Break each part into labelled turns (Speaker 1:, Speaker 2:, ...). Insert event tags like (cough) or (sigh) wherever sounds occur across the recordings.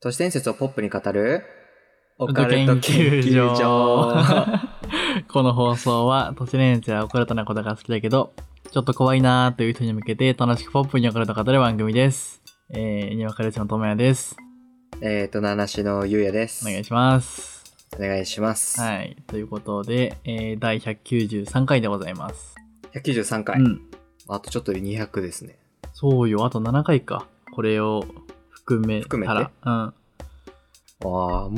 Speaker 1: 都市伝説をポップに語るオ
Speaker 2: カルト研究所この放送は、都市伝説やオカルトなことが好きだけど、ちょっと怖いなーという人に向けて楽しくポップにオカルトを語る番組です。えー、にわかるちのともやです。
Speaker 1: (laughs) えっと、七種のゆうやです。
Speaker 2: お願いします。
Speaker 1: お願いします。
Speaker 2: はい。ということで、えー、第193回でございます。
Speaker 1: 193回、
Speaker 2: うん。
Speaker 1: あとちょっとで200ですね。
Speaker 2: そうよ、あと7回か。これを含めた
Speaker 1: 含め
Speaker 2: ら
Speaker 1: て。
Speaker 2: うん。
Speaker 1: ああ、もう、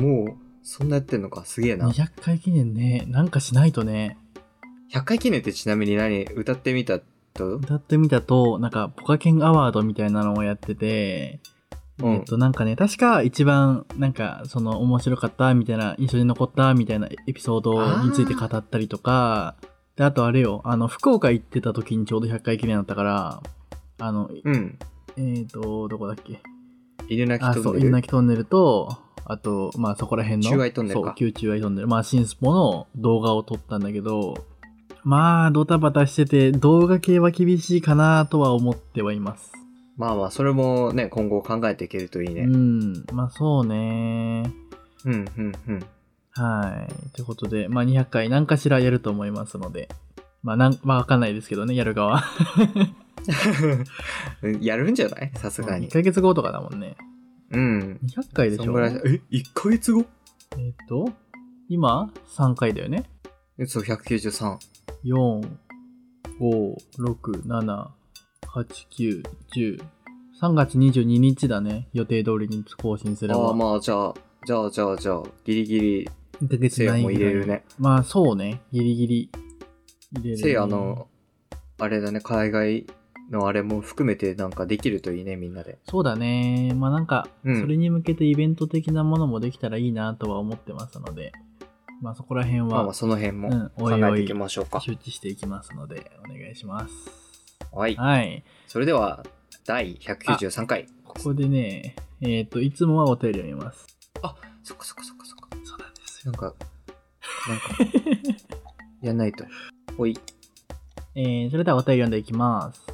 Speaker 1: そんなやってんのか。すげえな。
Speaker 2: 200回記念ね、なんかしないとね。
Speaker 1: 100回記念ってちなみに何歌ってみたと
Speaker 2: 歌ってみたと、なんか、ポカケンアワードみたいなのをやってて、
Speaker 1: うん
Speaker 2: えっと、なんかね、確か一番、なんか、その、面白かった、みたいな、印象に残った、みたいなエピソードについて語ったりとか、で、あとあれよ、あの、福岡行ってた時にちょうど100回記念だったから、あの、
Speaker 1: うん。
Speaker 2: えっ、と、どこだっけ
Speaker 1: 犬鳴
Speaker 2: あ、
Speaker 1: き
Speaker 2: そ
Speaker 1: 飛
Speaker 2: う、
Speaker 1: んで
Speaker 2: 犬鳴
Speaker 1: る。
Speaker 2: きトンネルと、あと、まあそこら辺の。
Speaker 1: 中愛トンネルか
Speaker 2: そう、旧中愛トンネル。まあ新スポの動画を撮ったんだけど、まあドタバタしてて、動画系は厳しいかなとは思ってはいます。
Speaker 1: まあまあ、それもね、今後考えていけるといいうね。
Speaker 2: ん、まあそうね。
Speaker 1: うん、うん、うん。
Speaker 2: はい。ということで、まあ200回何かしらやると思いますので、まあなん、まあわかんないですけどね、やる側。
Speaker 1: やるん (laughs) じゃないさすが
Speaker 2: 1
Speaker 1: に。
Speaker 2: ヶ月後とかだもんね。
Speaker 1: うん。
Speaker 2: 200回でし
Speaker 1: そん
Speaker 2: ょ
Speaker 1: ぐらい
Speaker 2: えっ、
Speaker 1: え、1ヶ月後
Speaker 2: と、今3回だよね。
Speaker 1: そう、193。
Speaker 2: 4、5、6、7、8、9、10。3月22日だね。予定通りに更新すれ
Speaker 1: あ
Speaker 2: ば。
Speaker 1: あ、まあ、じゃあ、じゃあ、じゃあ、じゃあ、ギリギリ、
Speaker 2: 1ヶ月
Speaker 1: せいや
Speaker 2: ない
Speaker 1: も入れ
Speaker 2: ぐ
Speaker 1: る
Speaker 2: らい
Speaker 1: ね。
Speaker 2: まあそうね。ギリギリ。入れる、
Speaker 1: せいや、あの、あれだね、海外のあれも含めてなんかできるといいね、みんなで。
Speaker 2: そうだね。まあなんか、
Speaker 1: うん
Speaker 2: それに向けてイベント的なものもできたらいいなとは思ってますので、まあそこら辺
Speaker 1: まあまあ、
Speaker 2: は
Speaker 1: その辺
Speaker 2: うん
Speaker 1: も
Speaker 2: お
Speaker 1: 考
Speaker 2: いおい
Speaker 1: えていきましょうか。
Speaker 2: 周知していきますので、お願いします。
Speaker 1: はい。
Speaker 2: はい。
Speaker 1: それでは、第193回。
Speaker 2: ここでね、えっ、と、いつもはお便りを見ます。
Speaker 1: そっかそっかそっかそっか。
Speaker 2: そうなんですよ
Speaker 1: なん
Speaker 2: (laughs)
Speaker 1: か、なんか、やんないと。おい、
Speaker 2: えー、それではお便り読んでいきます。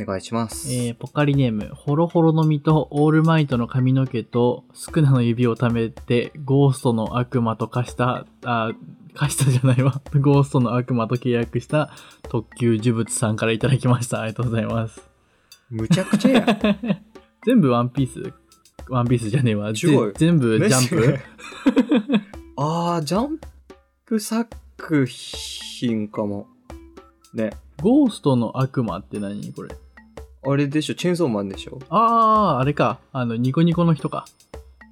Speaker 1: お願いします。
Speaker 2: えー、ポカリネーム、ホロホロの実とオールマイトの髪の毛とスクナの指を貯めてゴーストの悪魔と化した、あ、化したじゃないわ。 (laughs) ゴーストの悪魔と契約した特級呪物さんからいただきました。ありがとうございます。
Speaker 1: むちゃくちゃやん。
Speaker 2: 全部ワンピースワンピースじゃねえわ。
Speaker 1: 違
Speaker 2: ぜ
Speaker 1: うよ
Speaker 2: 全部ジャン
Speaker 1: ね
Speaker 2: プ
Speaker 1: (laughs) あー、ジャンプ作品かも。ね。
Speaker 2: ゴーストの悪魔って何これ。
Speaker 1: あれでしょ、チェーンソーマンでしょ
Speaker 2: あー、あれか。あの、ニコニコの人か。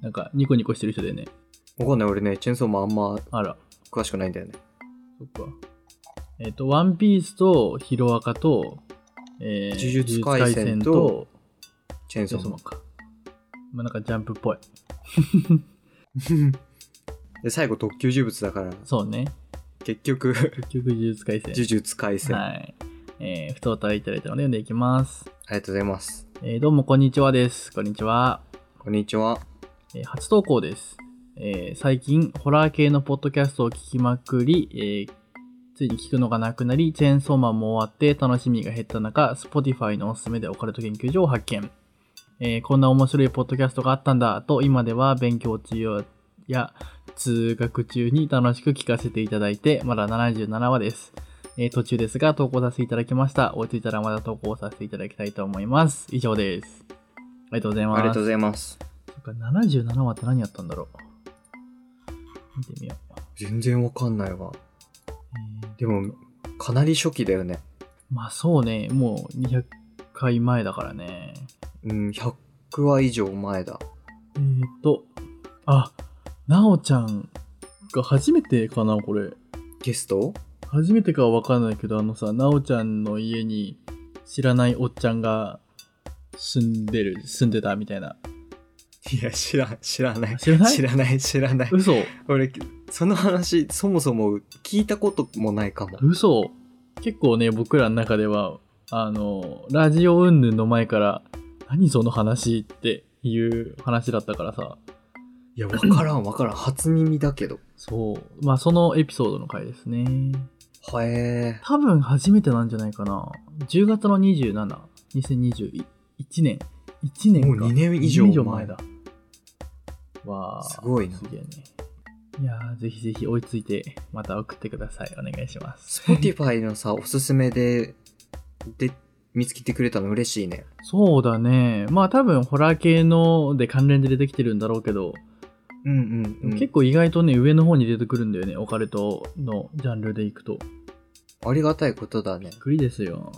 Speaker 2: なんか、ニコニコしてる人だよね。
Speaker 1: わかんない、俺ね、チェーンソーマンあんま
Speaker 2: あら。
Speaker 1: 詳しくないんだよね。
Speaker 2: そっか。えっ、と、ワンピースとヒロアカと、えー、
Speaker 1: 呪術廻戦とチェーン
Speaker 2: 呪術廻戦と、
Speaker 1: ソー
Speaker 2: そう
Speaker 1: マン。
Speaker 2: か。まあ、なんかジャンプっぽい。
Speaker 1: (laughs) で、最後、特級呪物だから、
Speaker 2: そうね。
Speaker 1: 結局、
Speaker 2: 結局、呪術廻
Speaker 1: 呪
Speaker 2: 戦。
Speaker 1: 術廻戦。あ
Speaker 2: はい。えー、ふとお便りいただいたので読んでいきます。
Speaker 1: りがとうございます。
Speaker 2: えー、どうもこんにちはです。こんにちは。
Speaker 1: こんにちは。
Speaker 2: えー初投稿です、えー最近ホラー系のポッドキャストを聞きまくり、えーついに聞くのがなくなりチェーンソーマンも終わって楽しみが減った中 Spotify のおすすめでオカルト研究所を発見、えーこんな面白いポッドキャストがあったんだと今では勉強中や通学中に楽しく聞かせていただいてまだ77話ですえー途中ですが投稿させていただきました。追いついたらまた投稿させていただきたいと思います。以上です。ありがとうござい
Speaker 1: あ
Speaker 2: ま
Speaker 1: り
Speaker 2: す。
Speaker 1: がとうございます。
Speaker 2: そっか、77話って何やったんだろう。見てみよう。
Speaker 1: 全然わかんないわ。
Speaker 2: えー
Speaker 1: でも、かなり初期だよね。
Speaker 2: まあそうね、もう200回前だからね。
Speaker 1: うん、100話以上前だ。
Speaker 2: えー、っと、あ、なおちゃんが初めてかな、これ。
Speaker 1: ゲスト
Speaker 2: 初めてかはわかんないけど、あのさ、なおちゃんの家に知らないおっちゃんが住んでる、住んでたみたいな。
Speaker 1: いや、知らん、知らない。
Speaker 2: 知らない
Speaker 1: 知らない、知らない。
Speaker 2: 嘘
Speaker 1: 俺、その話、そもそも聞いたこともないかも。
Speaker 2: 嘘結構ね僕らの中ではあのラジオ云々の前から何その話っていう話だったからさ
Speaker 1: いや、わからん、わからん。初耳だけど。
Speaker 2: そうまあそのエピソードの回ですね
Speaker 1: はえ
Speaker 2: 多分初めてなんじゃないかな10月の272021年
Speaker 1: ー。
Speaker 2: 1年
Speaker 1: も
Speaker 2: か
Speaker 1: う2年以上前
Speaker 2: だわあ
Speaker 1: すごいな
Speaker 2: すげえね。いやーぜひぜひ追いついて、また送ってください。お願いします。
Speaker 1: Spotify のさ、おすすめで、で、見つけてくれたの嬉しいね。
Speaker 2: そうだね。まあ多分ホラー系ので関連で出てきてるんだろうけど、
Speaker 1: うんうん、うん。
Speaker 2: 結構意外とね、上の方に出てくるんだよね。オカルトのジャンルでいくと。
Speaker 1: ありがたいことだね
Speaker 2: びっ。くりですよ。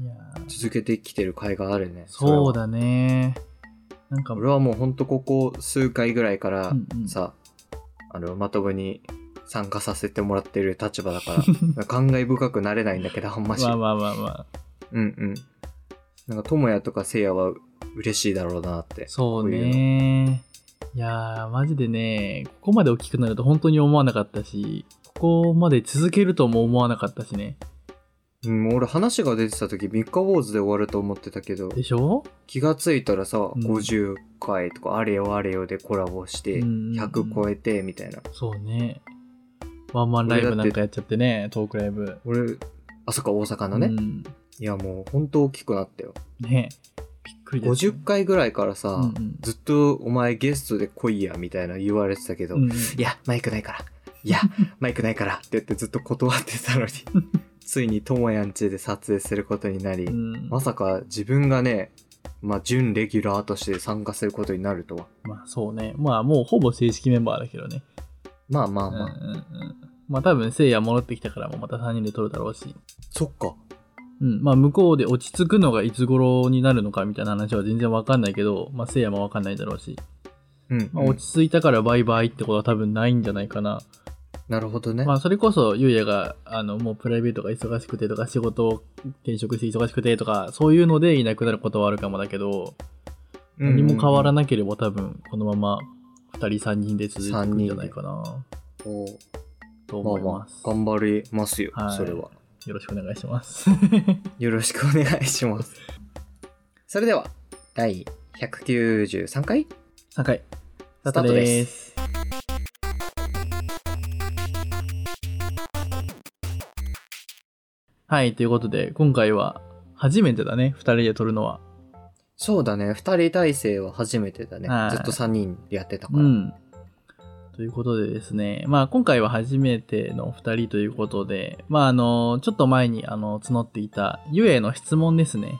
Speaker 2: いやー
Speaker 1: 続けてきてる甲斐があるね。れは
Speaker 2: そう。だね。なんか、
Speaker 1: 俺はもうほんとここ数回ぐらいから
Speaker 2: うんうん
Speaker 1: さ、あの、まともに参加させてもらってる立場だ
Speaker 2: (laughs)
Speaker 1: から、感慨深くなれないんだけど、あんまし。
Speaker 2: まあまあまあまあ。
Speaker 1: うんうん。なんか、ともやとかせいやは嬉しいだろうなって。
Speaker 2: そうね。いやー、マジでね、ここまで大きくなると本当に思わなかったし、ここまで続けるとも思わなかったしね。
Speaker 1: うん、もう俺話が出てた時、3日坊主で終わると思ってたけど、
Speaker 2: でしょ
Speaker 1: 気がついたらさ、
Speaker 2: ん
Speaker 1: 50回とか、あれよあれよでコラボして、
Speaker 2: うん
Speaker 1: 100超えて、みたいな。
Speaker 2: そうね。ワンマンライブなんかやっちゃってね、トークライブ。
Speaker 1: 俺、あ、そっか、大阪のね。
Speaker 2: うん、
Speaker 1: いや、もう、ほんと大きくなったよ。
Speaker 2: ね。びっくりです、
Speaker 1: 50回ぐらいからさ、
Speaker 2: うんうん
Speaker 1: ずっとお前ゲストで来いや、みたいな言われてたけど、
Speaker 2: うんうん
Speaker 1: いや、マイクないから。い
Speaker 2: (laughs)
Speaker 1: や、マイクないからって言ってずっと断ってたのに、ついにともやんちで撮影することになり、
Speaker 2: うん
Speaker 1: まさか自分がね、まあ、準レギュラーとして参加することになるとは。
Speaker 2: まあそうね。まあもうほぼ正式メンバーだけどね。
Speaker 1: まあまあ
Speaker 2: うんう
Speaker 1: ま
Speaker 2: ん
Speaker 1: あ。
Speaker 2: うん。まあ多分、せいや戻ってきたからもうまた3人で撮るだろうし。
Speaker 1: そっか。
Speaker 2: うん。まあ向こうで落ち着くのがいつ頃になるのかみたいな話は全然わかんないけど、まあせいやもわかんないだろうし。
Speaker 1: うん、
Speaker 2: まあ、落ち着いたからバイバイってことは多分ないんじゃないかな。
Speaker 1: なるほどね。
Speaker 2: (laughs) まあ、それこそ、ゆうやが、あの、もうプライベートが忙しくてとか、仕事を転職して忙しくてとか、そういうのでいなくなることはあるかもだけど、何も変わら
Speaker 1: ない。
Speaker 2: なければ多分、このまま、二人三人で続いていくんじゃないかな、
Speaker 1: おう
Speaker 2: と
Speaker 1: ま
Speaker 2: 思
Speaker 1: あ
Speaker 2: い
Speaker 1: ま
Speaker 2: ます。
Speaker 1: あ、頑張りますよ、
Speaker 2: はい
Speaker 1: それは。
Speaker 2: よろしくお願い
Speaker 1: (laughs)
Speaker 2: します。
Speaker 1: よろしくお願いします。それでは、第193回
Speaker 2: 3回、。
Speaker 1: スタートです
Speaker 2: はい、ということで、今回は、初めてだね、二人で撮るのは。
Speaker 1: そうだね、二人体制は初めてだね
Speaker 2: はい。
Speaker 1: ずっと三人でやってたか
Speaker 2: う
Speaker 1: ら。
Speaker 2: ん。ということでですね、まあ今回は初めてのお二人ということで、まああの、ちょっと前にあの募っていたゆえの質問ですね。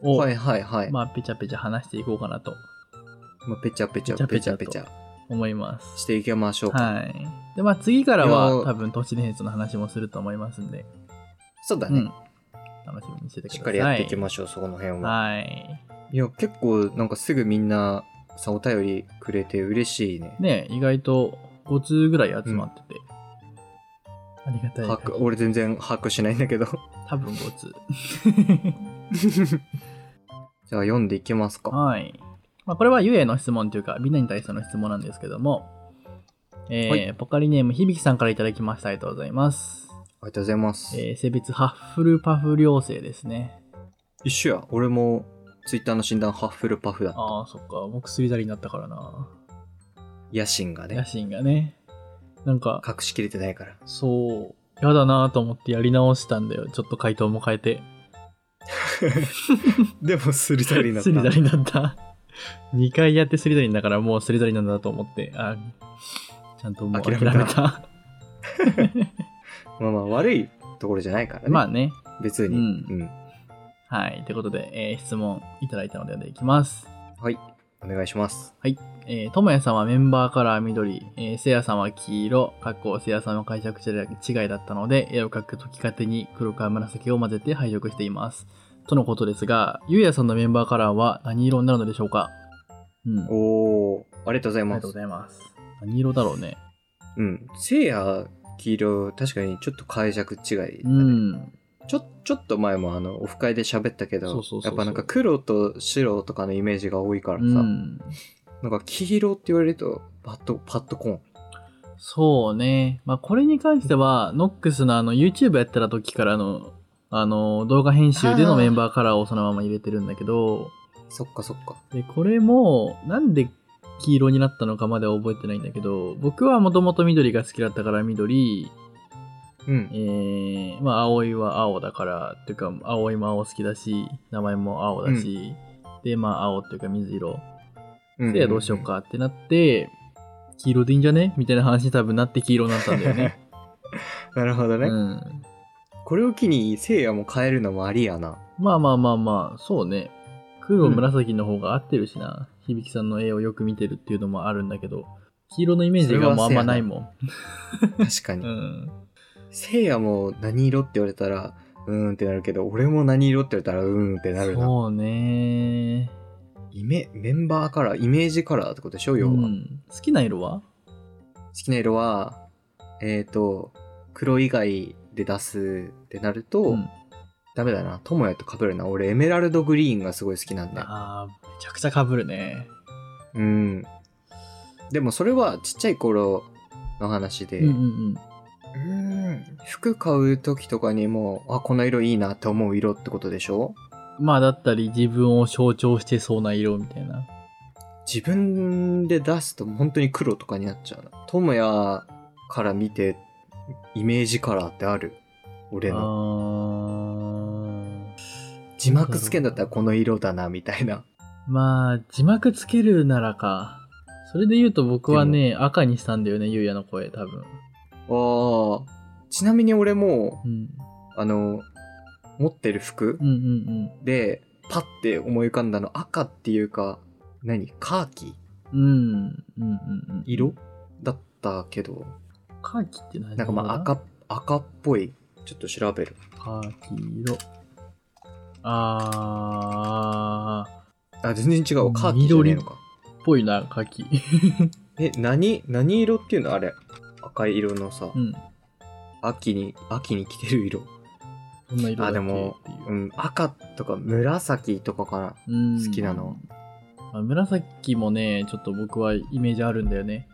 Speaker 2: を、
Speaker 1: はいはいはい。ま
Speaker 2: まあペチャペチャ話していこうかなと
Speaker 1: あ、ペチャペチャ、
Speaker 2: ペ
Speaker 1: ペ
Speaker 2: チ
Speaker 1: チ
Speaker 2: ャ
Speaker 1: ャ
Speaker 2: ペ
Speaker 1: ペ
Speaker 2: チ
Speaker 1: チ
Speaker 2: ャ
Speaker 1: ャ
Speaker 2: 思います。
Speaker 1: していきましょうか。
Speaker 2: はい。で、まあ次からはい
Speaker 1: や
Speaker 2: 多分都市伝説の話もすると思いますんで、
Speaker 1: そうだ
Speaker 2: う
Speaker 1: ね。
Speaker 2: ん。楽しみにしててください。
Speaker 1: しっかりやっていきましょう、そこの辺は。
Speaker 2: はい。
Speaker 1: いや、結構なんかすぐみんなさ、お便りくれて嬉しいね。
Speaker 2: ね意外と5通ぐらい集まってて、ありがたい
Speaker 1: 把
Speaker 2: 限り
Speaker 1: 握俺全然把握しないんだけど。 (laughs)
Speaker 2: 多分5通。
Speaker 1: じゃあ読んでいきますか。
Speaker 2: はい。まあ、これはゆえの質問というか、みんなに対しての質問なんですけども、えー
Speaker 1: は
Speaker 2: ポカリネーム響さんからいただきました。ありがとうございます。
Speaker 1: ありがとうございます。
Speaker 2: えー性別、ハッフルパフ両生ですね。
Speaker 1: 一緒や。俺もツイッターの診断ハッフルパフだ。
Speaker 2: ああ、そっか。僕、すりだりになったからな。
Speaker 1: 野心が
Speaker 2: 野
Speaker 1: ね。
Speaker 2: 心がね。なんか、
Speaker 1: 隠しきれてないから。
Speaker 2: そう、やだなと思ってやり直したんだよ。ちょっと回答も変えて。
Speaker 1: でもスリザリな
Speaker 2: (laughs) すりだりになった。2回やってすりだりだから、もうすりだりなんだと思って、あちゃんともう諦め
Speaker 1: 諦め
Speaker 2: た。
Speaker 1: まあまあ悪いところじゃないからね。
Speaker 2: (laughs) まあね。
Speaker 1: 別に。
Speaker 2: う
Speaker 1: うんん、
Speaker 2: はい。ということで、えー質問いただいたので読んでいきます。
Speaker 1: はい。お願いします。
Speaker 2: えー、ともやさんはメンバーカラー緑、えー、せいやさんは黄色、かっこせいやさんは解釈違いだったので、絵を描くとき勝手に黒か紫を混ぜて配色しています。とのことですが、ゆうやさんのメンバーカラーは何色になるのでしょうかうん。あ
Speaker 1: おー、ありがとうござい
Speaker 2: りが
Speaker 1: ます
Speaker 2: とうご。ざいます。何色だろうね。
Speaker 1: うん。せいや、黄色、確かにちょっと解釈違いだね、
Speaker 2: うん。
Speaker 1: ちょ、ちょっと前もあの、オフ会で喋ったけど、
Speaker 2: そうそうそうそう
Speaker 1: やっぱなんか黒と白とかのイメージが多いから
Speaker 2: う
Speaker 1: さ、
Speaker 2: ん。
Speaker 1: なんか黄色って言われると、パッと、パッとコーン。
Speaker 2: そうね。まあ、これに関しては、ノックスのあの、YouTube やってた時からの、あの、動画編集でのメンバーカラーをそのまま入れてるんだけど、
Speaker 1: そっかそっか。
Speaker 2: で、これも、なんで黄色になったのかまでは覚えてないんだけど、僕はもともと緑が好きだったから緑、
Speaker 1: うん
Speaker 2: え。ー、まあ、葵は青だから、っていうか、葵も青好きだし、名前も青だし、で、まあ、青っていうか水色。
Speaker 1: うん
Speaker 2: で、どうしようかってなって、黄色でいいんじゃねみたいな話に多分なって黄色になったんだよね。
Speaker 1: なるほ (laughs) どね、
Speaker 2: うん。
Speaker 1: これを機に聖夜も変えるのもありや
Speaker 2: (laughs)
Speaker 1: な
Speaker 2: まあまあまあまあ、そうね。黒紫の方が合ってるしな。響さんの絵をよく見てるっていうのもあるんだけど、黄色のイメージがもうあんまないもん。
Speaker 1: 確か
Speaker 2: う
Speaker 1: に
Speaker 2: ん。
Speaker 1: 聖夜も何色って言われたらうーんってなるけど俺も何色って言われたらうーんってなるな
Speaker 2: そうね。
Speaker 1: イメメンバーカラーイメージカラーってことでしょ
Speaker 2: う
Speaker 1: 要は、好
Speaker 2: ん。好きな色は
Speaker 1: きな色はえっ、と黒以外で出すってなると、
Speaker 2: ん、
Speaker 1: ダメだな友也と被るな俺エメラルドグリーンがすごい好きなんだ
Speaker 2: ああ、めちゃくちゃ被るね。
Speaker 1: うん。でもそれはちっちゃい頃の話で、
Speaker 2: うんうん
Speaker 1: うん服買う時とかにも、あ、この色いいなって思う色ってことでしょ
Speaker 2: うん。まあだったり自分を象徴してそうな色みたいな。
Speaker 1: 自分で出すと本当に黒とかになっちゃうな。友也から見て、イメージカラーってある俺
Speaker 2: あ
Speaker 1: の。
Speaker 2: ー
Speaker 1: 字幕つけんだったらこの色だな、みたいな。
Speaker 2: まあ、字幕つけるならか。それで言うと僕はね、赤にしたんだよね、ゆうやの声、多分。
Speaker 1: ああ。ちなみに俺も
Speaker 2: う、ん。
Speaker 1: あの、持ってる服
Speaker 2: うんうん
Speaker 1: で、パッて思い浮かんだの赤っていうか、何カーキ
Speaker 2: うん。うん。うんうんうん。
Speaker 1: 色だったけど、
Speaker 2: カーキって何
Speaker 1: なんかまあ
Speaker 2: 色だ
Speaker 1: 赤、赤っぽい。ちょっと調べる。
Speaker 2: カーキ色。あ
Speaker 1: あ、全然違うわ。カーキじゃねえのか。
Speaker 2: ー、ぽいな、カーキ。 (laughs)
Speaker 1: え、何、何色っていうのあれ。赤い色のさ
Speaker 2: う、ん。
Speaker 1: 秋に、秋に着てる色。
Speaker 2: そんな色だっけ
Speaker 1: あでも
Speaker 2: っていう
Speaker 1: うん、赤とか紫とかかな。
Speaker 2: うん
Speaker 1: 好きなの、
Speaker 2: まあ紫もねちょっと僕はイメージあるんだよね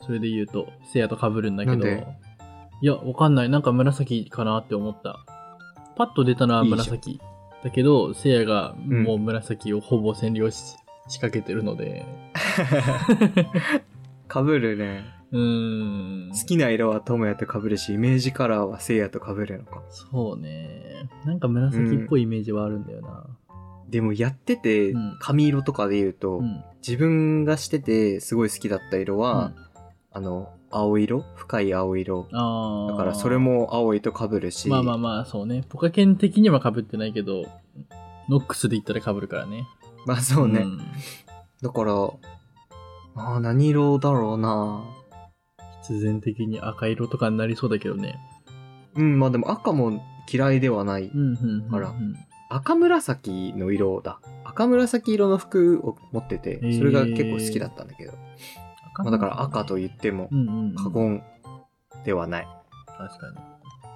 Speaker 2: それで言うとせいやとかぶるんだけ
Speaker 1: なん
Speaker 2: ど
Speaker 1: で
Speaker 2: いやわかんないなんか紫かなって思ったパッと出たのは
Speaker 1: い
Speaker 2: い
Speaker 1: じゃん
Speaker 2: 紫だけどせいやが
Speaker 1: ん
Speaker 2: もう紫をほぼ占領し、仕掛けてるので
Speaker 1: かぶるね。
Speaker 2: うーん
Speaker 1: 好きな色は友也とかぶるし、イメージカラーは聖也とかぶるのか。
Speaker 2: そうねなんか紫っぽいイメージはあるんだよな
Speaker 1: でもやってて
Speaker 2: うん、
Speaker 1: 髪色とかで言うと、
Speaker 2: うん、
Speaker 1: 自分がしててすごい好きだった色は、
Speaker 2: うん
Speaker 1: あの青色深い青色
Speaker 2: あー
Speaker 1: だからそれも青いと被るし
Speaker 2: まあまあまあそうねポカケン的にはかぶってないけどノックスで言ったらかぶるからね
Speaker 1: まあそうね、
Speaker 2: ん
Speaker 1: だからあー何色だろうな
Speaker 2: 必然的に赤色とかになりそうだけどね。
Speaker 1: うんまあでも赤も嫌いではない、
Speaker 2: うんうんうん、
Speaker 1: あら赤紫の色だ赤紫色の服を持っててそれが結構好きだったんだけど、まあ、だから赤と言っ
Speaker 2: う。
Speaker 1: ても
Speaker 2: うんうんうん、
Speaker 1: 過言ではない
Speaker 2: 確かに。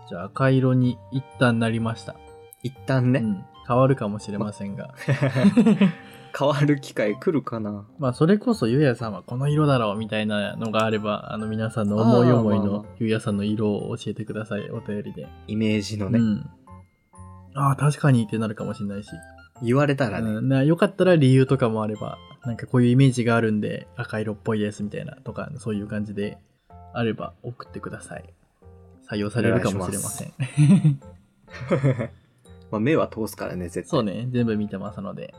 Speaker 2: じゃあ赤色に一旦なりました。
Speaker 1: 一旦ね、
Speaker 2: うん、変わるかもしれませんが。 (laughs)
Speaker 1: 変わる機会来るかな
Speaker 2: まあそれこそゆうやさんはこの色だろうみたいなのがあれば、あの皆さんの思い思い
Speaker 1: あーまあ
Speaker 2: の
Speaker 1: ま
Speaker 2: ゆうやさんの色を教えてください、お便りで。
Speaker 1: イメージのね、
Speaker 2: うん、ああ、確かにってなるかもしれないし。
Speaker 1: 言われたらね、
Speaker 2: うん、なよかったら理由とかもあればなんかこういうイメージがあるんで赤色っぽいですみたいなとかそういう感じであれば送ってください採用されるかもしれません
Speaker 1: まあ、目は通すからね、絶対。
Speaker 2: そうね (laughs) 全部見てますので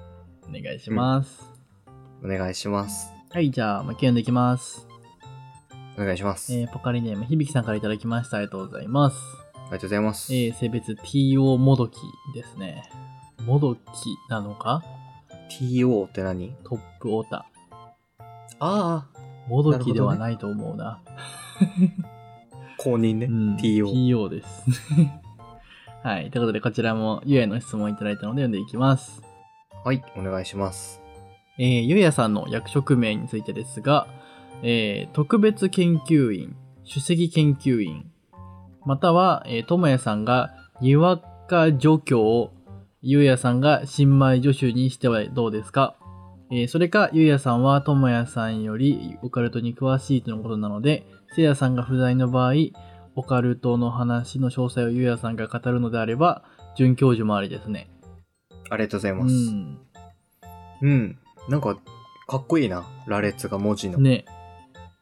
Speaker 2: お願いします、
Speaker 1: お願いします。
Speaker 2: はいじゃあ、まあ、読んでいきます、
Speaker 1: お願いします。あり
Speaker 2: えー、ポカリネーム響さんからいただきましたありがとうございます、
Speaker 1: がとうございます。
Speaker 2: えー、性別 TO もどきですねもどきなのか
Speaker 1: TO って何
Speaker 2: トップオタ
Speaker 1: ああ、
Speaker 2: もどきではないと思うな
Speaker 1: 公認ね。
Speaker 2: うん
Speaker 1: TO。
Speaker 2: TO です。 (laughs) はい。ということで、こちらもゆうやの質問をいただいたので読んでいきます。
Speaker 1: はい、お願いします。
Speaker 2: えー、ゆうやさんの役職名についてですが、えー特別研究員、首席研究員、または、えー、ともやさんがにわか助教を、ゆうやさんが新米助手にしてはどうですかえーそれか、ゆうやさんはともやさんよりオカルトに詳しいとのことなので、せいやさんが不在の場合、オカルトの話の詳細をゆうやさんが語るのであれば、准教授もありですね。
Speaker 1: ありがとうございうます。うん。
Speaker 2: ん。
Speaker 1: なんか、かっこいいな。羅列が文字の。
Speaker 2: ね、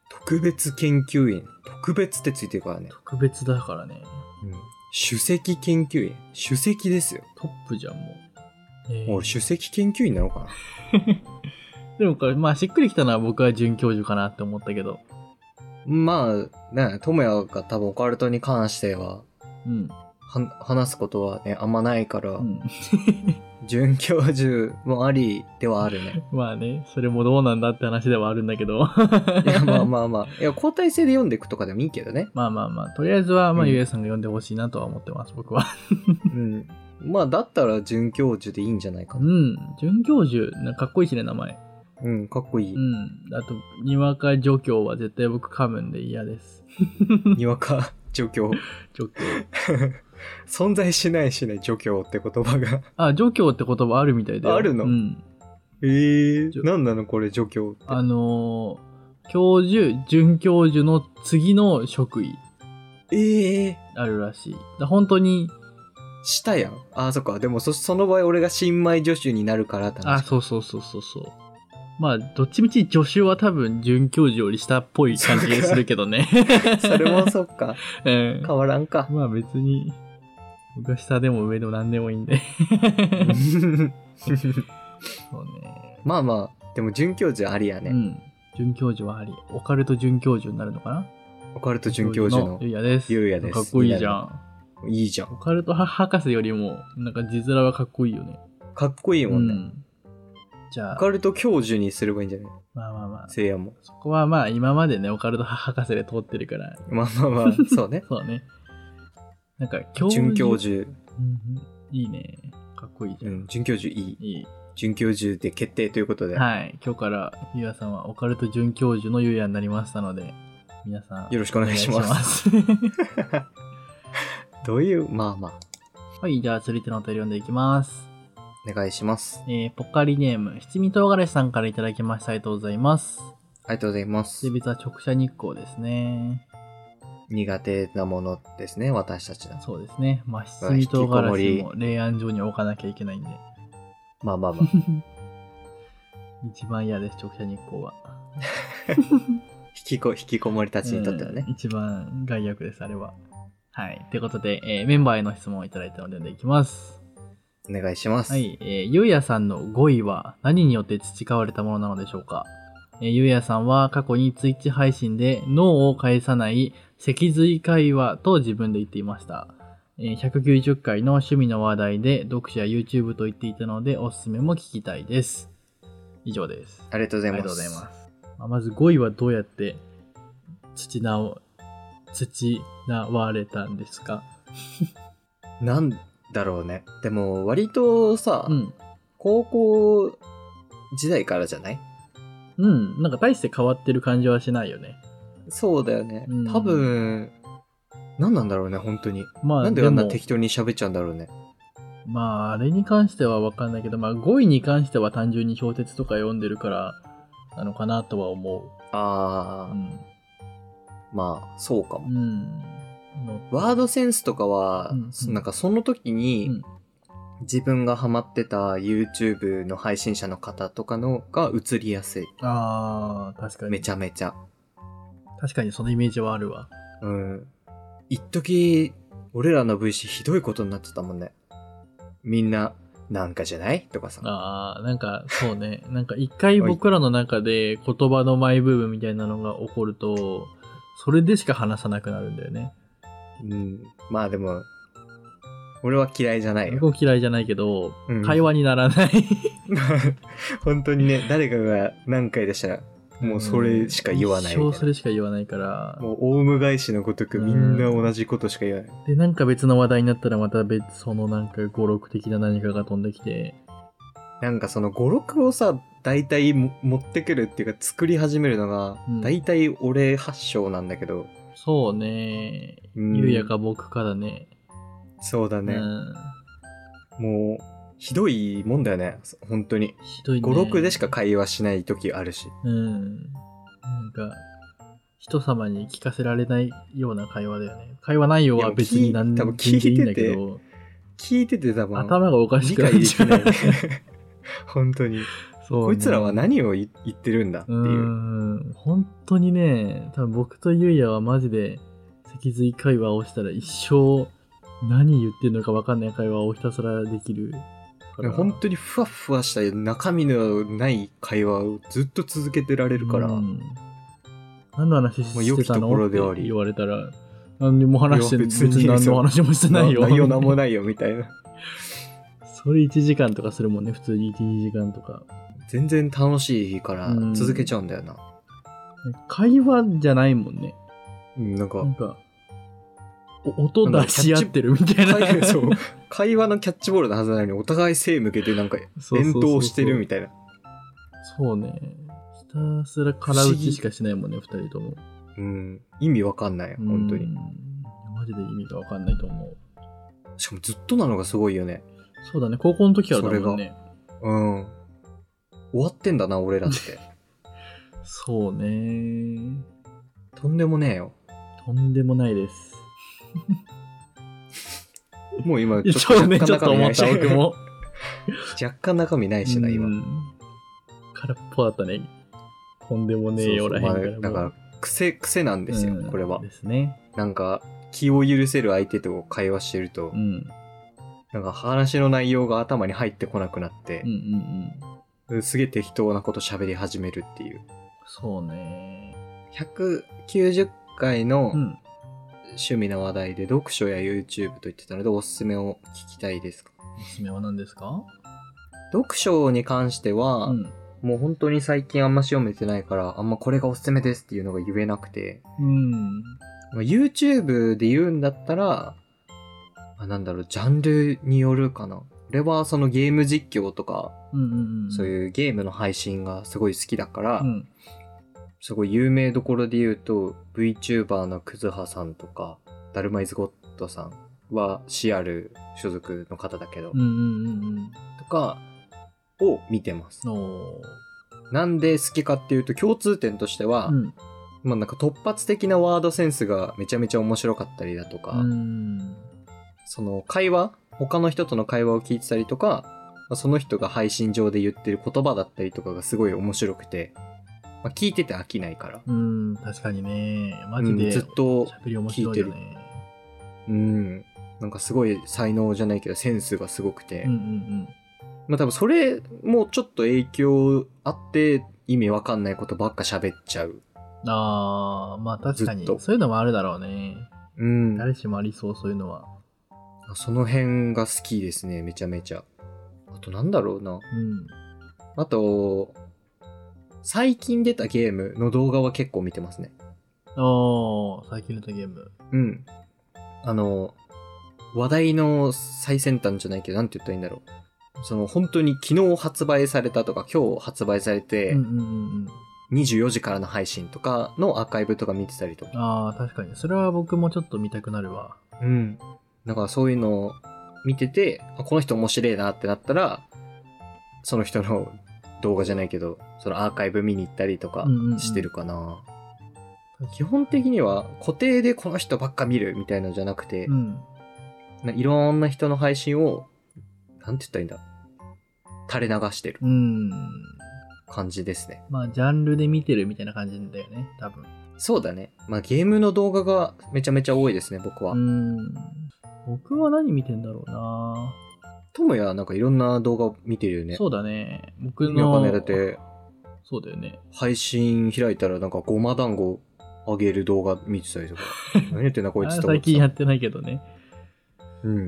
Speaker 1: 特別研究員。特別ってついてるからね。
Speaker 2: 特別だからね。
Speaker 1: うん。首席研究員。首席ですよ。
Speaker 2: トップじゃん、もう。えー
Speaker 1: 俺、首席研究員なのかな
Speaker 2: でもこれ、まあ、しっくりきたのは僕は准教授かなって思ったけど。
Speaker 1: まあ、ね、トモヤが多分オカルトに関しては、
Speaker 2: うん。
Speaker 1: は話すことはね、あんまないから (laughs)
Speaker 2: う、ん、
Speaker 1: 准教授もありではある
Speaker 2: (laughs)
Speaker 1: ね。
Speaker 2: まあね、それもどうなんだって話ではあるんだけど。 (laughs)
Speaker 1: いや、まあまあまあ。いや、交代制で読んでいくとかでもいいけどね。
Speaker 2: まあまあまあ、とりあえずは、まあ、
Speaker 1: うん
Speaker 2: ゆえさんが読んでほしいなとは思ってます、僕は。 (laughs)
Speaker 1: うん。まあ、だったら准教授でいいんじゃないか
Speaker 2: う
Speaker 1: な。
Speaker 2: ん、准教授、なかっこいいしね、名前。
Speaker 1: うん、かっこいい。
Speaker 2: うん。あと、にわか助教は絶対僕噛むんで嫌です。
Speaker 1: にわか助教。
Speaker 2: 助教。
Speaker 1: (laughs) 存在しないしね、助教って言葉
Speaker 2: (laughs)
Speaker 1: が。
Speaker 2: あ、助教って言葉あるみたいだよ。
Speaker 1: あるの
Speaker 2: うん。
Speaker 1: えー
Speaker 2: じょ、
Speaker 1: なんなのこれ助教って。
Speaker 2: あのー教授、准教授の次の職位
Speaker 1: ええー、
Speaker 2: あるらしい。だ本当に、
Speaker 1: したやん。あ、そっか。でもそ、その場合俺が新米助手になるからって
Speaker 2: あ、
Speaker 1: 話。
Speaker 2: そうそうそうそうそう。まあ、どっちみち助手は多分准教授より下っぽい感じがするけどね。
Speaker 1: (laughs)
Speaker 2: (laughs)
Speaker 1: それもそっか。
Speaker 2: うん。
Speaker 1: 変わらん
Speaker 2: (laughs)
Speaker 1: か。
Speaker 2: まあ別に、僕は下でも上でも何でもいいん
Speaker 1: (laughs)
Speaker 2: で。そうね。
Speaker 1: まあまあ、でも准教授ありやね。
Speaker 2: うん。准教授はあり。オカルト准教授になるのかな
Speaker 1: オカルト准教授の。
Speaker 2: ゆうやです。
Speaker 1: ゆうやです
Speaker 2: かっこいいじゃん。
Speaker 1: いいじゃん。
Speaker 2: オカルト博士よりも、なんか字面はかっこいいよね。
Speaker 1: かっこいいうもんね。
Speaker 2: ん。じゃ
Speaker 1: オ
Speaker 2: あ、
Speaker 1: カルト教授にすればいいんじゃない
Speaker 2: まあまあまあ。
Speaker 1: せいやも。
Speaker 2: そこはまあ今までね、オカルト博士で通ってるから。
Speaker 1: まあまあま
Speaker 2: (laughs)
Speaker 1: あ、そうね。
Speaker 2: そうね。なんか、教授。
Speaker 1: 准教授。
Speaker 2: うんうんいいね。かっこいいじ
Speaker 1: う
Speaker 2: ゃん。
Speaker 1: ん、准教授いい。
Speaker 2: い
Speaker 1: 准教授で決定ということ
Speaker 2: い。
Speaker 1: で、
Speaker 2: はい。今日から、ゆうやさんはオカルト准教授のゆうやになりましたので、皆さん、
Speaker 1: よろしくお
Speaker 2: お
Speaker 1: 願いします。
Speaker 2: す。 (laughs)
Speaker 1: どういう、まあま
Speaker 2: はい。じゃあ、続いてのお便り読んでいきます。
Speaker 1: あ、お願いします。
Speaker 2: えー、ポッカリネーム、七味唐辛子さんからいただきました。ありがとうございます。
Speaker 1: ありがとうございます
Speaker 2: 性。別は直射日光ですね。
Speaker 1: 苦手なものですね、私たちだと。
Speaker 2: そうですね。まあ、七味唐辛子も冷暗所に置かなきゃいけないんで。
Speaker 1: まあまあ
Speaker 2: (laughs)
Speaker 1: まあ、
Speaker 2: 一番嫌です、直射日光は。
Speaker 1: 引きこ、引きこもりたちにとってはね
Speaker 2: うん。一番害悪です、あれは。はい。ということで、えーメンバーへの質問をいただいたので、でいきます。
Speaker 1: お願いします。
Speaker 2: はい。えーゆうやさんの語彙は何によって培われたものなのでしょうか、えーゆうやさんは過去にツイッチ配信で脳を介さない脊髄会話と自分で言っていました。えー190回の趣味の話題で読書や YouTube と言っていたのでおすすめも聞きたいです。以上です。
Speaker 1: ありがとうござ
Speaker 2: あ
Speaker 1: い
Speaker 2: り
Speaker 1: ま
Speaker 2: が
Speaker 1: す。
Speaker 2: とうございます。まあまず5位はどうやって土なお、土なわれたんですか
Speaker 1: なんだろうね。でも、割とさ、
Speaker 2: うん。
Speaker 1: 高校時代からじゃない
Speaker 2: うん。なんか大して変わってる感じはしないよね。
Speaker 1: そうだよね
Speaker 2: うん。
Speaker 1: 多分、何なんだろうね、本当に。
Speaker 2: まあ、
Speaker 1: なんであんな
Speaker 2: も
Speaker 1: 適当に喋っちゃうんだろうね。
Speaker 2: まあ、あれに関しては分かんないけど、まあ、5位に関しては単純に小説とか読んでるから、なのかなとは思う。う
Speaker 1: ああ、
Speaker 2: ん。
Speaker 1: まあ、そうかも
Speaker 2: う。ん。の
Speaker 1: ワードセンスとかは、
Speaker 2: うんうん
Speaker 1: なんかその時
Speaker 2: うん
Speaker 1: に自分がハマってた YouTube の配信者の方とかのが映りやすい。
Speaker 2: ああ、確か
Speaker 1: め
Speaker 2: に。
Speaker 1: ちゃめちゃ。
Speaker 2: 確かにそのイメージはあるわ。
Speaker 1: うん。一時俺らの VC ひどいことになってたもんね。みんな、なんかじゃないとかさ。
Speaker 2: ああ、なんか、そうね。 (laughs) なんか、一回僕らの中で言葉のマイブームみたいなのが起こると、それでしか話さなくなるんだよね。
Speaker 1: うん。まあでも、俺は嫌いじゃないよ。
Speaker 2: 僕嫌いじゃないけど、
Speaker 1: うん
Speaker 2: 会話にならない。
Speaker 1: (laughs) 本当にね、誰かが何回でしたら、もうそれしか言わない
Speaker 2: うん
Speaker 1: みた
Speaker 2: 一生
Speaker 1: い
Speaker 2: そ
Speaker 1: な。
Speaker 2: れしか言わないから。
Speaker 1: もうオウム返しのごとくみんな同じことしか言わない。
Speaker 2: で、なんか別の話題になったらまた別、そのなんか語録的な何かが飛んできて。
Speaker 1: なんかその語録をさ大体も持ってくるっていうか作り始めるのが
Speaker 2: うん
Speaker 1: 大体俺発祥なんだけど、
Speaker 2: そうね。
Speaker 1: うん
Speaker 2: ゆうやか僕かだね。
Speaker 1: そうだね
Speaker 2: う、ん。
Speaker 1: もうひどいもんだよね本当に
Speaker 2: ひどいね。
Speaker 1: 語録でしか会話しない時あるし
Speaker 2: うん。なんか、人様に聞かせられないような会話だよね。会話内容は別に何
Speaker 1: い
Speaker 2: で
Speaker 1: や
Speaker 2: も
Speaker 1: もう聞
Speaker 2: 聞い
Speaker 1: い
Speaker 2: ていいんだ
Speaker 1: 多分聞いてて
Speaker 2: けど、
Speaker 1: 聞いてて多分
Speaker 2: 頭がおかし
Speaker 1: 理
Speaker 2: くなっ
Speaker 1: 解で
Speaker 2: ち
Speaker 1: き
Speaker 2: ゃう
Speaker 1: ない (laughs) 本当に、
Speaker 2: そうね
Speaker 1: こいつらは何を言言ってるんだっていうう、
Speaker 2: ん。本当にね、多分僕とゆうやはマジで、脊髄会話をしたら一生、何言ってるのか分かんない会話をひたすらできるそれ
Speaker 1: ね
Speaker 2: は
Speaker 1: 本当にふわふわした中身のない会話をずっと続けてられるから、
Speaker 2: うん何の話
Speaker 1: まあ良
Speaker 2: し
Speaker 1: き
Speaker 2: てたの
Speaker 1: ところであり
Speaker 2: って言われたら、何にも話して
Speaker 1: いや
Speaker 2: 別
Speaker 1: 別に
Speaker 2: に何の話もしてないよ。
Speaker 1: 内容なんもないよみたいな。
Speaker 2: それ1時間とかするもんね、普通に1、2時間とか。
Speaker 1: 全然楽しいから
Speaker 2: うん
Speaker 1: 続けちゃうんだよな。
Speaker 2: 会話じゃないもんね。
Speaker 1: うん、なんか
Speaker 2: なん、か、お音出し合ってるみたいな。 (laughs)
Speaker 1: 会そう会話のキャッチボールのはずなのに、お互い背向けてなんか、
Speaker 2: そうそうそう
Speaker 1: 連
Speaker 2: そう
Speaker 1: 投してるみたいな。
Speaker 2: そうね。ひたすら空打ちしかしないもんね、2人とも。
Speaker 1: うん、意味わかんない、本当
Speaker 2: う
Speaker 1: に。
Speaker 2: ん。マジで意味がわかんないと思う。
Speaker 1: しかもずっとなのがすごいよね。
Speaker 2: そうだね、高校の時からだもんね。
Speaker 1: うん。終わってんだな、俺らって。
Speaker 2: そうね。
Speaker 1: とんでもねえよ。
Speaker 2: とんでもないです。
Speaker 1: もう今、
Speaker 2: いや
Speaker 1: ち
Speaker 2: (laughs) そ
Speaker 1: ょっ
Speaker 2: う
Speaker 1: と
Speaker 2: ね、
Speaker 1: 若
Speaker 2: ちょ
Speaker 1: 干
Speaker 2: っと
Speaker 1: 中身
Speaker 2: 思
Speaker 1: な
Speaker 2: っ
Speaker 1: いし、
Speaker 2: た、僕も。
Speaker 1: (laughs) 若干中身ないしな、今
Speaker 2: う。ん空っぽだったね。とんでもねえよ
Speaker 1: そう
Speaker 2: らへん
Speaker 1: そう
Speaker 2: から
Speaker 1: まあ
Speaker 2: もう。
Speaker 1: だから、癖、癖なんですよ、
Speaker 2: うん
Speaker 1: これは。
Speaker 2: ですね。
Speaker 1: なんか、気を許せる相手と会話してると、
Speaker 2: うん。
Speaker 1: なんか話の内容が頭に入ってこなくなって
Speaker 2: うんうんう、ん。
Speaker 1: すげえ適当なこと喋り始めるっていう。
Speaker 2: そうね。
Speaker 1: 190回の
Speaker 2: うん。
Speaker 1: 趣味の話題で読書や YouTube と言ってたのでおすすめを聞きたいですか
Speaker 2: おすすめは何ですか
Speaker 1: 読書に関しては、
Speaker 2: うん。
Speaker 1: もう本当に最近あんまし読めてないから、あんまこれがおすすめですっていうのが言えなくて、
Speaker 2: うん。
Speaker 1: まあ YouTube で言うんだったら、あなんだろう、ジャンルによるかな。俺はそのゲーム実況とか、
Speaker 2: うんうんうん。
Speaker 1: そう
Speaker 2: う。
Speaker 1: いうゲームの配信がすごい好きだから、
Speaker 2: うん。
Speaker 1: すごい有名どころで言うと VTuber のくずはさんとかダルマイズゴッドさんはシアル所属の方だけど、
Speaker 2: うんうんうん
Speaker 1: とかを見てます
Speaker 2: うん。。おー
Speaker 1: なんで好きかっていうと共通点としては、
Speaker 2: うん。
Speaker 1: まあなんか突発的なワードセンスがめちゃめちゃ面白かったりだとか、
Speaker 2: うん。
Speaker 1: その会話他の人との会話を聞いてたりとか、まあその人が配信上で言ってる言葉だったりとかがすごい面白くて、まあ聞いてて飽きないから。
Speaker 2: うん。確かにね。マジ
Speaker 1: うん
Speaker 2: で。
Speaker 1: ずっと
Speaker 2: 喋り面白いよ
Speaker 1: 聞
Speaker 2: ね。
Speaker 1: うん。なんかすごい才能じゃないけどセンスがすごくて。
Speaker 2: うんうん
Speaker 1: まあ多分それもちょっと影響あって意味わかんないことばっか喋っちゃう。
Speaker 2: うん。ああ、まあ確かに。
Speaker 1: ずっと
Speaker 2: そういうのもあるだろうね。
Speaker 1: うん。
Speaker 2: 誰しもありそう、そういうのは。
Speaker 1: その辺が好きですね、めちゃめちゃ。あとなんだろうな。
Speaker 2: うん。
Speaker 1: あと、最近出たゲームの動画は結構見てますね。
Speaker 2: おー、最近のゲーム。
Speaker 1: うん。あの、話題の最先端じゃないけど、なんて言ったらいいんだろう。その本当に昨日発売されたとか、今日発売されて、
Speaker 2: うんうんうんうん。
Speaker 1: 24時からの配信とかのアーカイブとか見てたりとか。
Speaker 2: ああ、確かに。それは僕もちょっと見たくなるわ。
Speaker 1: うん。だからそういうのを見てて、あこの人面白いなってなったら、その人の動画じゃないけど、そのアーカイブ見に行ったりとか
Speaker 2: うんうんうん
Speaker 1: してるかな。基本的には固定でこの人ばっか見るみたいなのじゃなくて、
Speaker 2: うん。
Speaker 1: ないろんな人の配信を、なんて言ったらいいんだ垂れ流してる
Speaker 2: うん。
Speaker 1: 感じですね。
Speaker 2: まあ、ジャンルで見てるみたいな感じだよね、多分。
Speaker 1: そうだね。まあゲームの動画がめちゃめちゃ多いですね、僕は。
Speaker 2: うん。僕は何見てんだろうな、
Speaker 1: トムヤなんかいろんな動画見てるよね。
Speaker 2: そうだね。僕
Speaker 1: いやわか
Speaker 2: の。
Speaker 1: んないだって、
Speaker 2: そうだよね。
Speaker 1: 配信開いたらなんかごま団子あげる動画見てた
Speaker 2: (laughs)
Speaker 1: りとか。何言ってんだこいつ
Speaker 2: あ
Speaker 1: と思って
Speaker 2: 最近や
Speaker 1: た。
Speaker 2: ってないけどね。
Speaker 1: うん。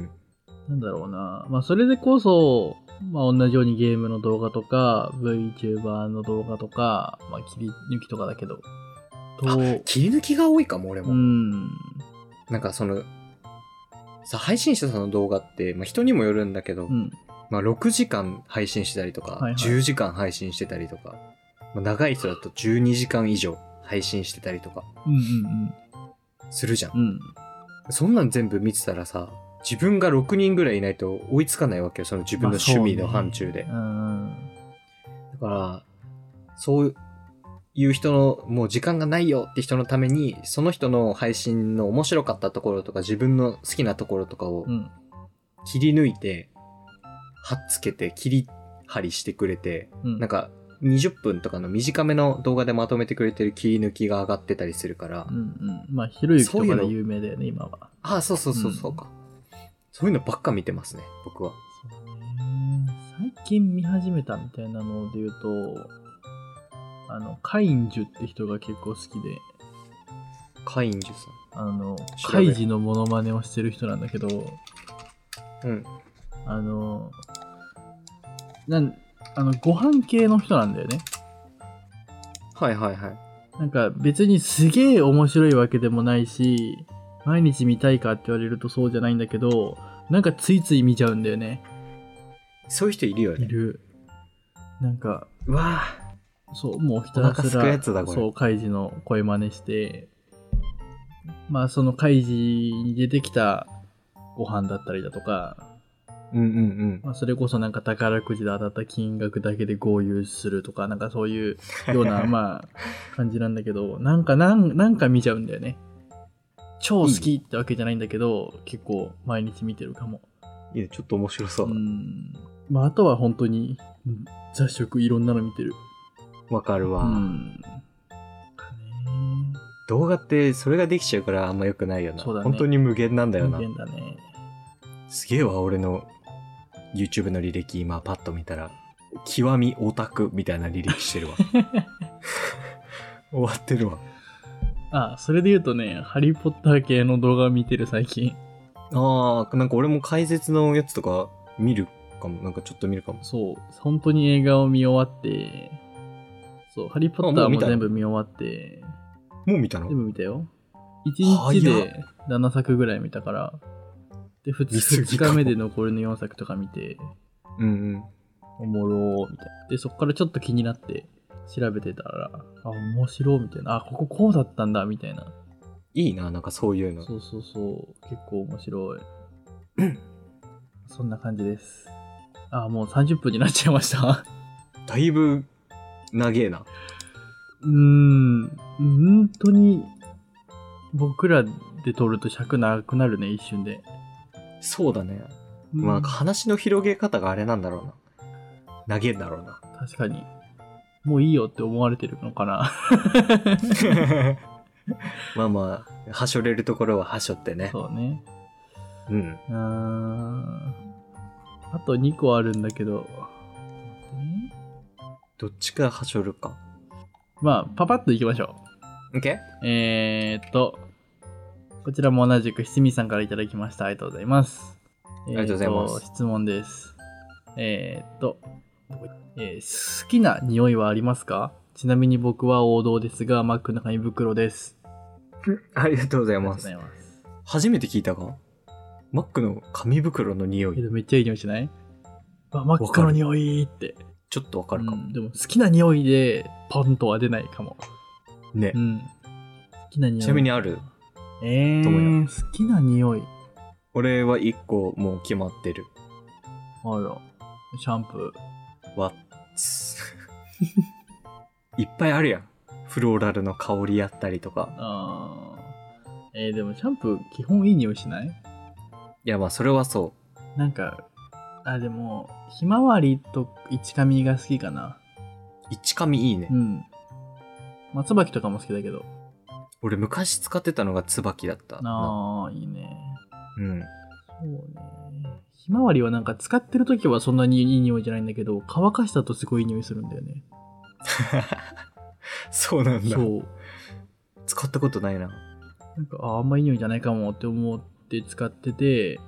Speaker 2: なんだろうな。まあ、それでこそ、まあ、同じようにゲームの動画とか、VTuber の動画とか、まあ、切り抜きとかだけど、と、
Speaker 1: 切り抜きが多いかも、俺も。
Speaker 2: うん。
Speaker 1: なんかその、さ、配信者さんの動画って、まあ、人にもよるんだけど、
Speaker 2: うん。
Speaker 1: まあ、6時間配信してたりとか、
Speaker 2: はいはい
Speaker 1: 10時間配信してたりとか、まあ、長い人だと12時間以上配信してたりとか
Speaker 2: うんうん
Speaker 1: するじゃん。
Speaker 2: うん。うん。
Speaker 1: そんなん全部見てたらさ、自分が6人ぐらいいないと追いつかないわけよ、その自分の趣味の範疇で。
Speaker 2: まあそうね
Speaker 1: だから、そういう人の、もう時間がないよって人のために、その人の配信の面白かったところとか、自分の好きなところとかを
Speaker 2: うん。うん。
Speaker 1: 切り抜いて、はっつけて、切り張りしてくれて、
Speaker 2: うん、
Speaker 1: なんか、20分とかの短めの動画でまとめてくれてる切り抜きが上がってたりするから、
Speaker 2: うんうん。まあ、ひろゆきと
Speaker 1: そうい
Speaker 2: か
Speaker 1: うの
Speaker 2: で有名だよね、今は。
Speaker 1: ああ、そうそうそうそうか。そういうのばっか見てますね、僕は。
Speaker 2: そうね。近見始めたみたいなので言うと、あの、カインジュって人が結構好きで、
Speaker 1: カインジュさ
Speaker 2: あの、
Speaker 1: 調べ
Speaker 2: カ
Speaker 1: る
Speaker 2: イジのモノマネをしてる人なんだけど、
Speaker 1: ん。うん。
Speaker 2: あの、なん、あの、ご飯系の人なんだよね。
Speaker 1: はいはいはい。
Speaker 2: なんか別にすげえ面白いわけでもないし、毎日見たいかって言われるとそうじゃないんだけど、なんかついつい見ちゃうんだよね。
Speaker 1: そういう人いるよ
Speaker 2: い
Speaker 1: ね。
Speaker 2: る。なんか、
Speaker 1: うわあ
Speaker 2: そう、もうひ
Speaker 1: お
Speaker 2: た
Speaker 1: 腹
Speaker 2: す
Speaker 1: すく
Speaker 2: ら、
Speaker 1: やつだこれ
Speaker 2: そう、カイジの声真似して、まあそのカイジに出てきたご飯だったりだとか、
Speaker 1: うんうんうん。
Speaker 2: まあ、それこそなんか宝くじで当たった金額だけで豪遊するとか、なんかそういう
Speaker 1: (laughs)
Speaker 2: ような、まあ、感じなんだけど、なんかなん、なんか見ちゃうんだよね。超好きってわけじゃないんだけど、結構毎日見てるかも。
Speaker 1: いや、ちょっと面白そうう。
Speaker 2: ん。まあ、あとは本当に、うん雑食いろんなの見てる。
Speaker 1: わかる
Speaker 2: う
Speaker 1: わ、
Speaker 2: ん。かね
Speaker 1: 動画ってそれができちゃうからあんま良くないよな。
Speaker 2: そうだね
Speaker 1: 本当に無限なんだよ
Speaker 2: 人
Speaker 1: な。
Speaker 2: 間だね。
Speaker 1: すげえわ、俺の YouTube の履歴今パッと見たら、極みオタクみたいな履歴して (laughs) るわ。終わってるわ。
Speaker 2: あ、それで言うとね、ハリーポッター系の動画を見てる最近。
Speaker 1: ああ、なんか俺も解説のやつとか見るかも。なんかちょっと見るかも。
Speaker 2: そう、本当に映画を見終わって、そう、ハリー・ポッタ
Speaker 1: あもう
Speaker 2: ー
Speaker 1: 見
Speaker 2: も
Speaker 1: た
Speaker 2: 全部見終わって、
Speaker 1: もう見たの
Speaker 2: 全部見たよ。1日
Speaker 1: 早っ
Speaker 2: で7作ぐらい見たから、で、2,
Speaker 1: 見すぎかも
Speaker 2: 日目で残りの4作とか見て、
Speaker 1: うんうん。
Speaker 2: おもろー、みたいな。で、そっからちょっと気になって調べてたら、あ、面白ー、みたいな。あ、こここうだったんだ、みたいな。
Speaker 1: いいな、なんかそういうの。
Speaker 2: そうそうそう、結構面白い。 (clears throat) そんな感じです。あ、もう30分になっちゃいました。 (laughs)
Speaker 1: だいぶ、長えな。
Speaker 2: うーん、本当に僕らで撮ると尺長くなるね、一瞬で。
Speaker 1: そうだね。
Speaker 2: うん
Speaker 1: まあ、なんか話の広げ方があれなんだろうな。長えんだろう
Speaker 2: (laughs)
Speaker 1: な。
Speaker 2: 確かに。もういいよって思われてるのかな。 (laughs)
Speaker 1: まあまあ、はしょれるところははしょってね。
Speaker 2: そうね。
Speaker 1: うん。
Speaker 2: うーん。あと2個あるんだけど。ね
Speaker 1: どっちかはしょるか。
Speaker 2: まあ、パパッといきましょ
Speaker 1: OK?
Speaker 2: う。えーっと、こちらも同じく七味さんからいただきました。ありがとうございます。あり
Speaker 1: がとうございます
Speaker 2: 質問です。えーっと、えー好きな匂いはありますかちなみに僕は王道ですが、マックの紙袋です。
Speaker 1: ありがとうござい
Speaker 2: ありが
Speaker 1: ま
Speaker 2: とうござ
Speaker 1: す。
Speaker 2: います。
Speaker 1: 初めて聞いたかマックの紙袋の匂
Speaker 2: け
Speaker 1: い。
Speaker 2: どめっちゃいい匂いしないあ、マックの匂いって。
Speaker 1: ちょっとわかるか
Speaker 2: う
Speaker 1: も。
Speaker 2: んでも好きな匂いでポンとは出ないかも。
Speaker 1: ね
Speaker 2: う。ん。好きな匂い。
Speaker 1: ちなみにある
Speaker 2: え
Speaker 1: どう
Speaker 2: ー、
Speaker 1: よ
Speaker 2: 好きな匂い。
Speaker 1: 俺は一個もう決まってる。
Speaker 2: あら。シャンプ
Speaker 1: わっつ。 (laughs) いっぱいあるやん。フローラルの香りやったりと
Speaker 2: ー。
Speaker 1: か。
Speaker 2: あーえー、でもシャンプー基本いい匂いしない
Speaker 1: いやまあそれはそ
Speaker 2: なんか、あ、でも、ひまわりと一髪が好きかな。
Speaker 1: う。一紙いいね。
Speaker 2: うん。まあ、椿とかも好きだけど。
Speaker 1: 俺昔使ってたのが椿だった。
Speaker 2: ああ、いいね。
Speaker 1: うん。
Speaker 2: そうね。ひまわりはなんか使ってる時はそんなにいい匂いじゃないんだけど、乾かしたとすごいいい匂いするんだよね。
Speaker 1: そう (laughs) なんだ。
Speaker 2: そう。
Speaker 1: 使ったことないな。
Speaker 2: なんか、ああんまいい匂いじゃないかもって思って使ってて、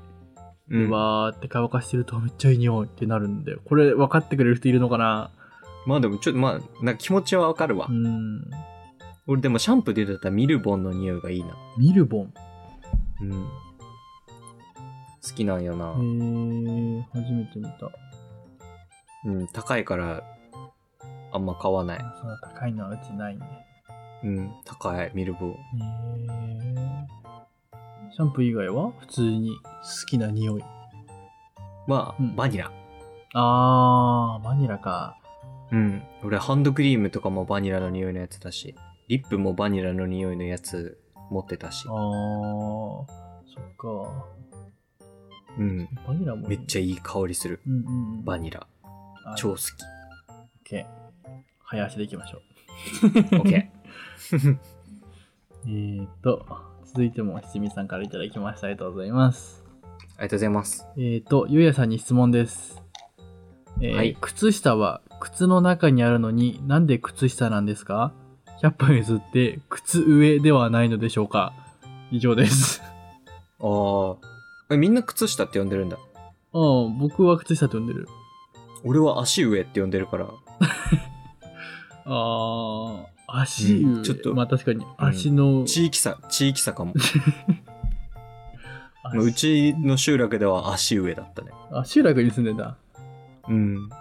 Speaker 1: う
Speaker 2: で
Speaker 1: ん。
Speaker 2: わーって乾かしてるとめっちゃいい匂いってなるんだよ。これ分かってくれる人いるのかな
Speaker 1: まあでもちょっとまあ、なんか気持ちはわかるわ。
Speaker 2: うん。
Speaker 1: 俺でもシャンプーで出たらミルボンの匂いがいいな。
Speaker 2: ミルボン。
Speaker 1: うん。好きなんよな。
Speaker 2: へー、初めて見た。
Speaker 1: うん、高いから、あんま買わない。
Speaker 2: そんな高いのはうちないんで。
Speaker 1: う
Speaker 2: へ
Speaker 1: ん、高い、ミルボン。
Speaker 2: ー。シャンプー以外は普通に好きな匂い。
Speaker 1: まあ、
Speaker 2: うん
Speaker 1: バニラ。
Speaker 2: あー、バニラか。
Speaker 1: うん。俺、ハンドクリームとかもバニラの匂いのやつだし、リップもバニラの匂いのやつ持ってたし
Speaker 2: あー、。そっか。
Speaker 1: うん。
Speaker 2: バニラも
Speaker 1: めっちゃ
Speaker 2: ゃ
Speaker 1: いい香りする。
Speaker 2: うんうんうん。
Speaker 1: バニラ。
Speaker 2: ラ
Speaker 1: 超好
Speaker 2: オッ
Speaker 1: き。
Speaker 2: ケー。早足でいきましょう。
Speaker 1: オ (laughs) ッケー。
Speaker 2: えーっと、続いても七味さんからいただきました。ありがとうございます。
Speaker 1: ありがとうございます。
Speaker 2: えーっと、ゆうやさんに質問です。えー
Speaker 1: はい
Speaker 2: 靴下は靴の中にあるのになんで靴下なんですか ?100 歩譲って靴上ではないのでしょうか以
Speaker 1: (laughs)
Speaker 2: 上です。
Speaker 1: ああ。え、みんな靴下って呼んでるんだ。
Speaker 2: うん、僕は靴下と呼んでる。
Speaker 1: 俺は足上って呼んでるから。
Speaker 2: あー、足上、
Speaker 1: うんちょっと
Speaker 2: まあ確かに足の、
Speaker 1: 地域差、地域差 (laughs) かも。
Speaker 2: 足
Speaker 1: まあうちの集落では足上だったね。
Speaker 2: あ、集落に住んでんだ。
Speaker 1: うん。だ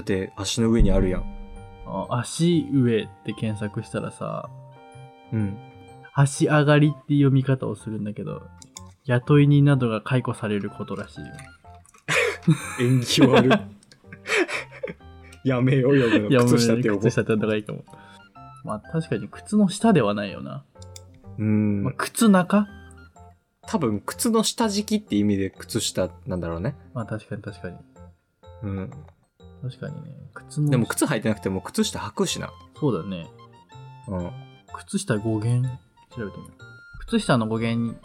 Speaker 1: って足の上にあるやん。
Speaker 2: あ足上って検索したらさ、
Speaker 1: うん。
Speaker 2: 足上がりって読み方をするんだけど、雇い人などが解雇されることらしいよ。
Speaker 1: 縁起 (laughs) 悪い。やめよう読むの。靴下って呼ぼ
Speaker 2: 靴下って呼んだ方がいいかも。まあ確かに靴の下ではないよな。
Speaker 1: う。うん
Speaker 2: まあ、。靴中
Speaker 1: 多分、靴の下敷きって意味で靴下なんだろうね。
Speaker 2: まあ確かに確かに。
Speaker 1: うん。
Speaker 2: 確かにね。靴の
Speaker 1: でも靴履いてなくても靴下履くしな。
Speaker 2: そうだね。
Speaker 1: うん。
Speaker 2: 靴下語源調べてみよう。靴下の語源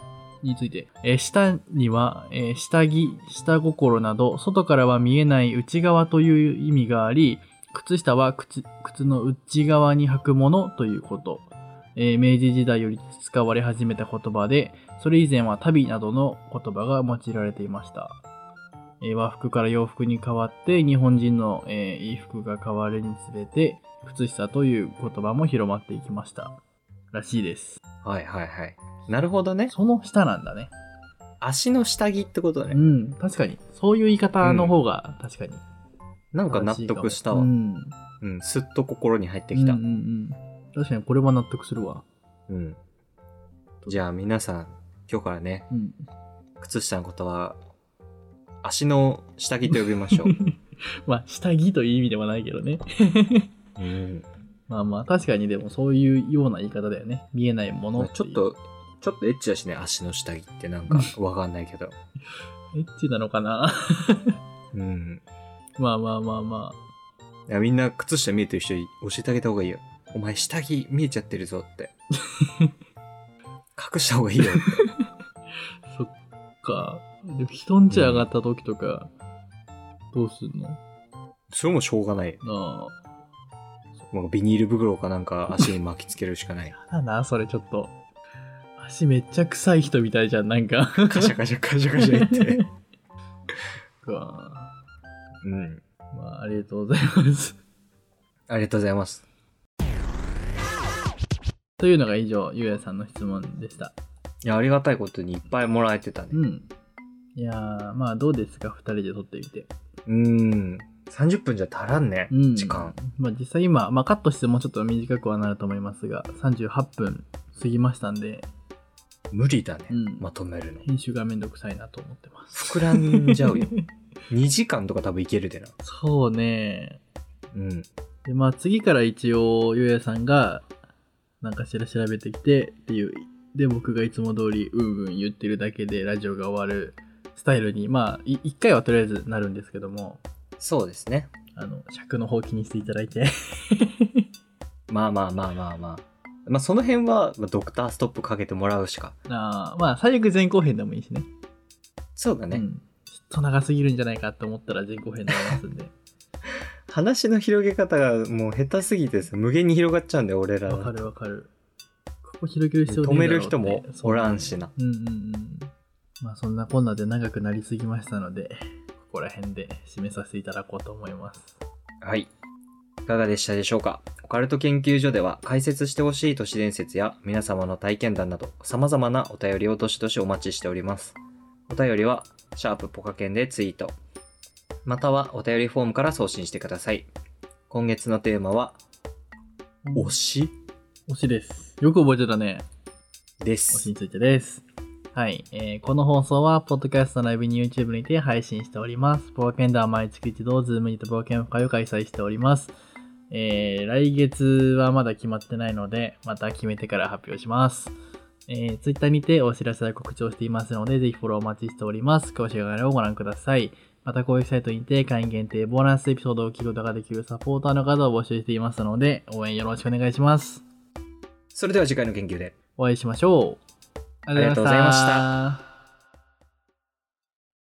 Speaker 2: について、えー下には、えー下着、下心など、外からは見えない内側という意味があり、靴下は靴靴の内側に履くものということ。えー明治時代より使われ始めた言葉で、それ以前は旅などの言葉が用いられていました。えー和服から洋服に変わって、日本人の、えー衣服が変わるにつれて、靴下という言葉も広まっていきました。らしいです。
Speaker 1: はいはいはい。なるほどね。
Speaker 2: その下なんだね。
Speaker 1: 足の下着ってこと
Speaker 2: う
Speaker 1: ね。
Speaker 2: ん、確かに。そういう言い方の方が、確かに。
Speaker 1: なんか納得したわ
Speaker 2: う。ん。
Speaker 1: うん。すっと心に入ってきた
Speaker 2: うんう。んうん。確かにこれは納得するわ。
Speaker 1: うん。じゃあ皆さん、今日からね、
Speaker 2: うん。
Speaker 1: 靴下のことは、足の下着と呼びま
Speaker 2: (laughs)
Speaker 1: しょう。
Speaker 2: まあ、下着という意味ではないけどね。
Speaker 1: うん。
Speaker 2: まあまあ、確かにでもそういうような言い方だよね。見えないものていう
Speaker 1: ちょっ。と、ちょっとエッチだしね、足の下着ってなん
Speaker 2: (laughs)
Speaker 1: かわかんないけど。
Speaker 2: エッチなのかな (laughs)
Speaker 1: うん。
Speaker 2: まあまあまあまあ。
Speaker 1: いやみんな靴下見えてる人に教えてあげた方がいいよ。お前下着見えちゃってるぞ (laughs) って。隠した方がいいよって。
Speaker 2: そっか。でも人んち上がった時とか、どうすんの
Speaker 1: (laughs) それもしょうがないよ。
Speaker 2: ああ。
Speaker 1: もうビニール袋かなんか足に巻きつけるしかない。
Speaker 2: だな、それちょっと。足めっちゃ臭い人みたいじゃん、なんか。
Speaker 1: (laughs) カシャカシャカシャカシャ言って。
Speaker 2: (laughs) うわ
Speaker 1: うん。
Speaker 2: まあ、ありがとうございます。 (laughs)
Speaker 1: ありがとうございます。
Speaker 2: というのが以上、ゆうやさんの質問でした。
Speaker 1: いや、ありがたいことにいっぱいもらえてたね。
Speaker 2: うん。いやー、まあ、どうですか、二人で撮ってみて。
Speaker 1: うん。30分じゃ足らんね、
Speaker 2: うん
Speaker 1: 時間。
Speaker 2: まあ、実際今、まあ、カットしてもちょっと短くはなると思いますが、38分過ぎましたんで、
Speaker 1: 無理だね、
Speaker 2: うん
Speaker 1: まとめるの。
Speaker 2: 編集がめんどくさいなと思ってます。
Speaker 1: 膨らんじゃう (laughs) よ。2時間とか多分いけるでな。
Speaker 2: そうね。
Speaker 1: うん。
Speaker 2: で、まあ次から一応、ゆうやさんが、なんかしら調べてきてっていう、で、僕がいつも通り、うんうん言ってるだけでラジオが終わるスタイルに、まあ、い一回はとりあえずなるんですけども、
Speaker 1: そうですね。
Speaker 2: あの、尺の方気にしていただいて。 (laughs)
Speaker 1: まあまあまあまあまあ。まあその辺は、まあドクターストップかけてもらうしか。
Speaker 2: あーまあ、最悪前後編でもいいしね。
Speaker 1: そうだね。
Speaker 2: うん。ちょっと長すぎるんじゃないかと思ったら前後編になります
Speaker 1: (laughs)
Speaker 2: んで。
Speaker 1: 話の広げ方がもう下手すぎてさ、無限に広がっちゃうんだよ、俺ら
Speaker 2: わか
Speaker 1: は。
Speaker 2: るわかる。ここ広げる必要
Speaker 1: 止
Speaker 2: ねえ
Speaker 1: め
Speaker 2: だろう
Speaker 1: る人も
Speaker 2: って
Speaker 1: おらんしな。
Speaker 2: うんうんうん。まあそんなこんなで長くなりすぎましたので、ここら辺で締めさせていただこうと思います。
Speaker 1: はい。いかがでしたでしょうかオカルト研究所では解説してほしい都市伝説や皆様の体験談など様々なお便りをどしどしお待ちしております。お便りは、シャープポカケンでツイート。またはお便りフォームから送信してください。今月のテーマは、推し
Speaker 2: 推しです。よく覚えてたね。
Speaker 1: で
Speaker 2: 推し
Speaker 1: す
Speaker 2: に。ついてです。はい、えーこの放送は、ポッドキャストのライブに YouTube にて配信しております。冒険団は毎月一度、ズームにて冒険会を開催しております。えー来月はまだ決まってないので、また決めてから発表します。えー、Twitter にてお知らせや告知をしていますので、ぜひフォローお待ちしております。詳しい概要をご覧ください。また、公式サイトにて会員限定ボーナスエピソードを聞くことができるサポーターの方を募集していますので、応援よろしくお願いします。
Speaker 1: それでは次回の研究で。
Speaker 2: お会いしましょう。あ
Speaker 1: りがとうございました
Speaker 2: ありがとうございました。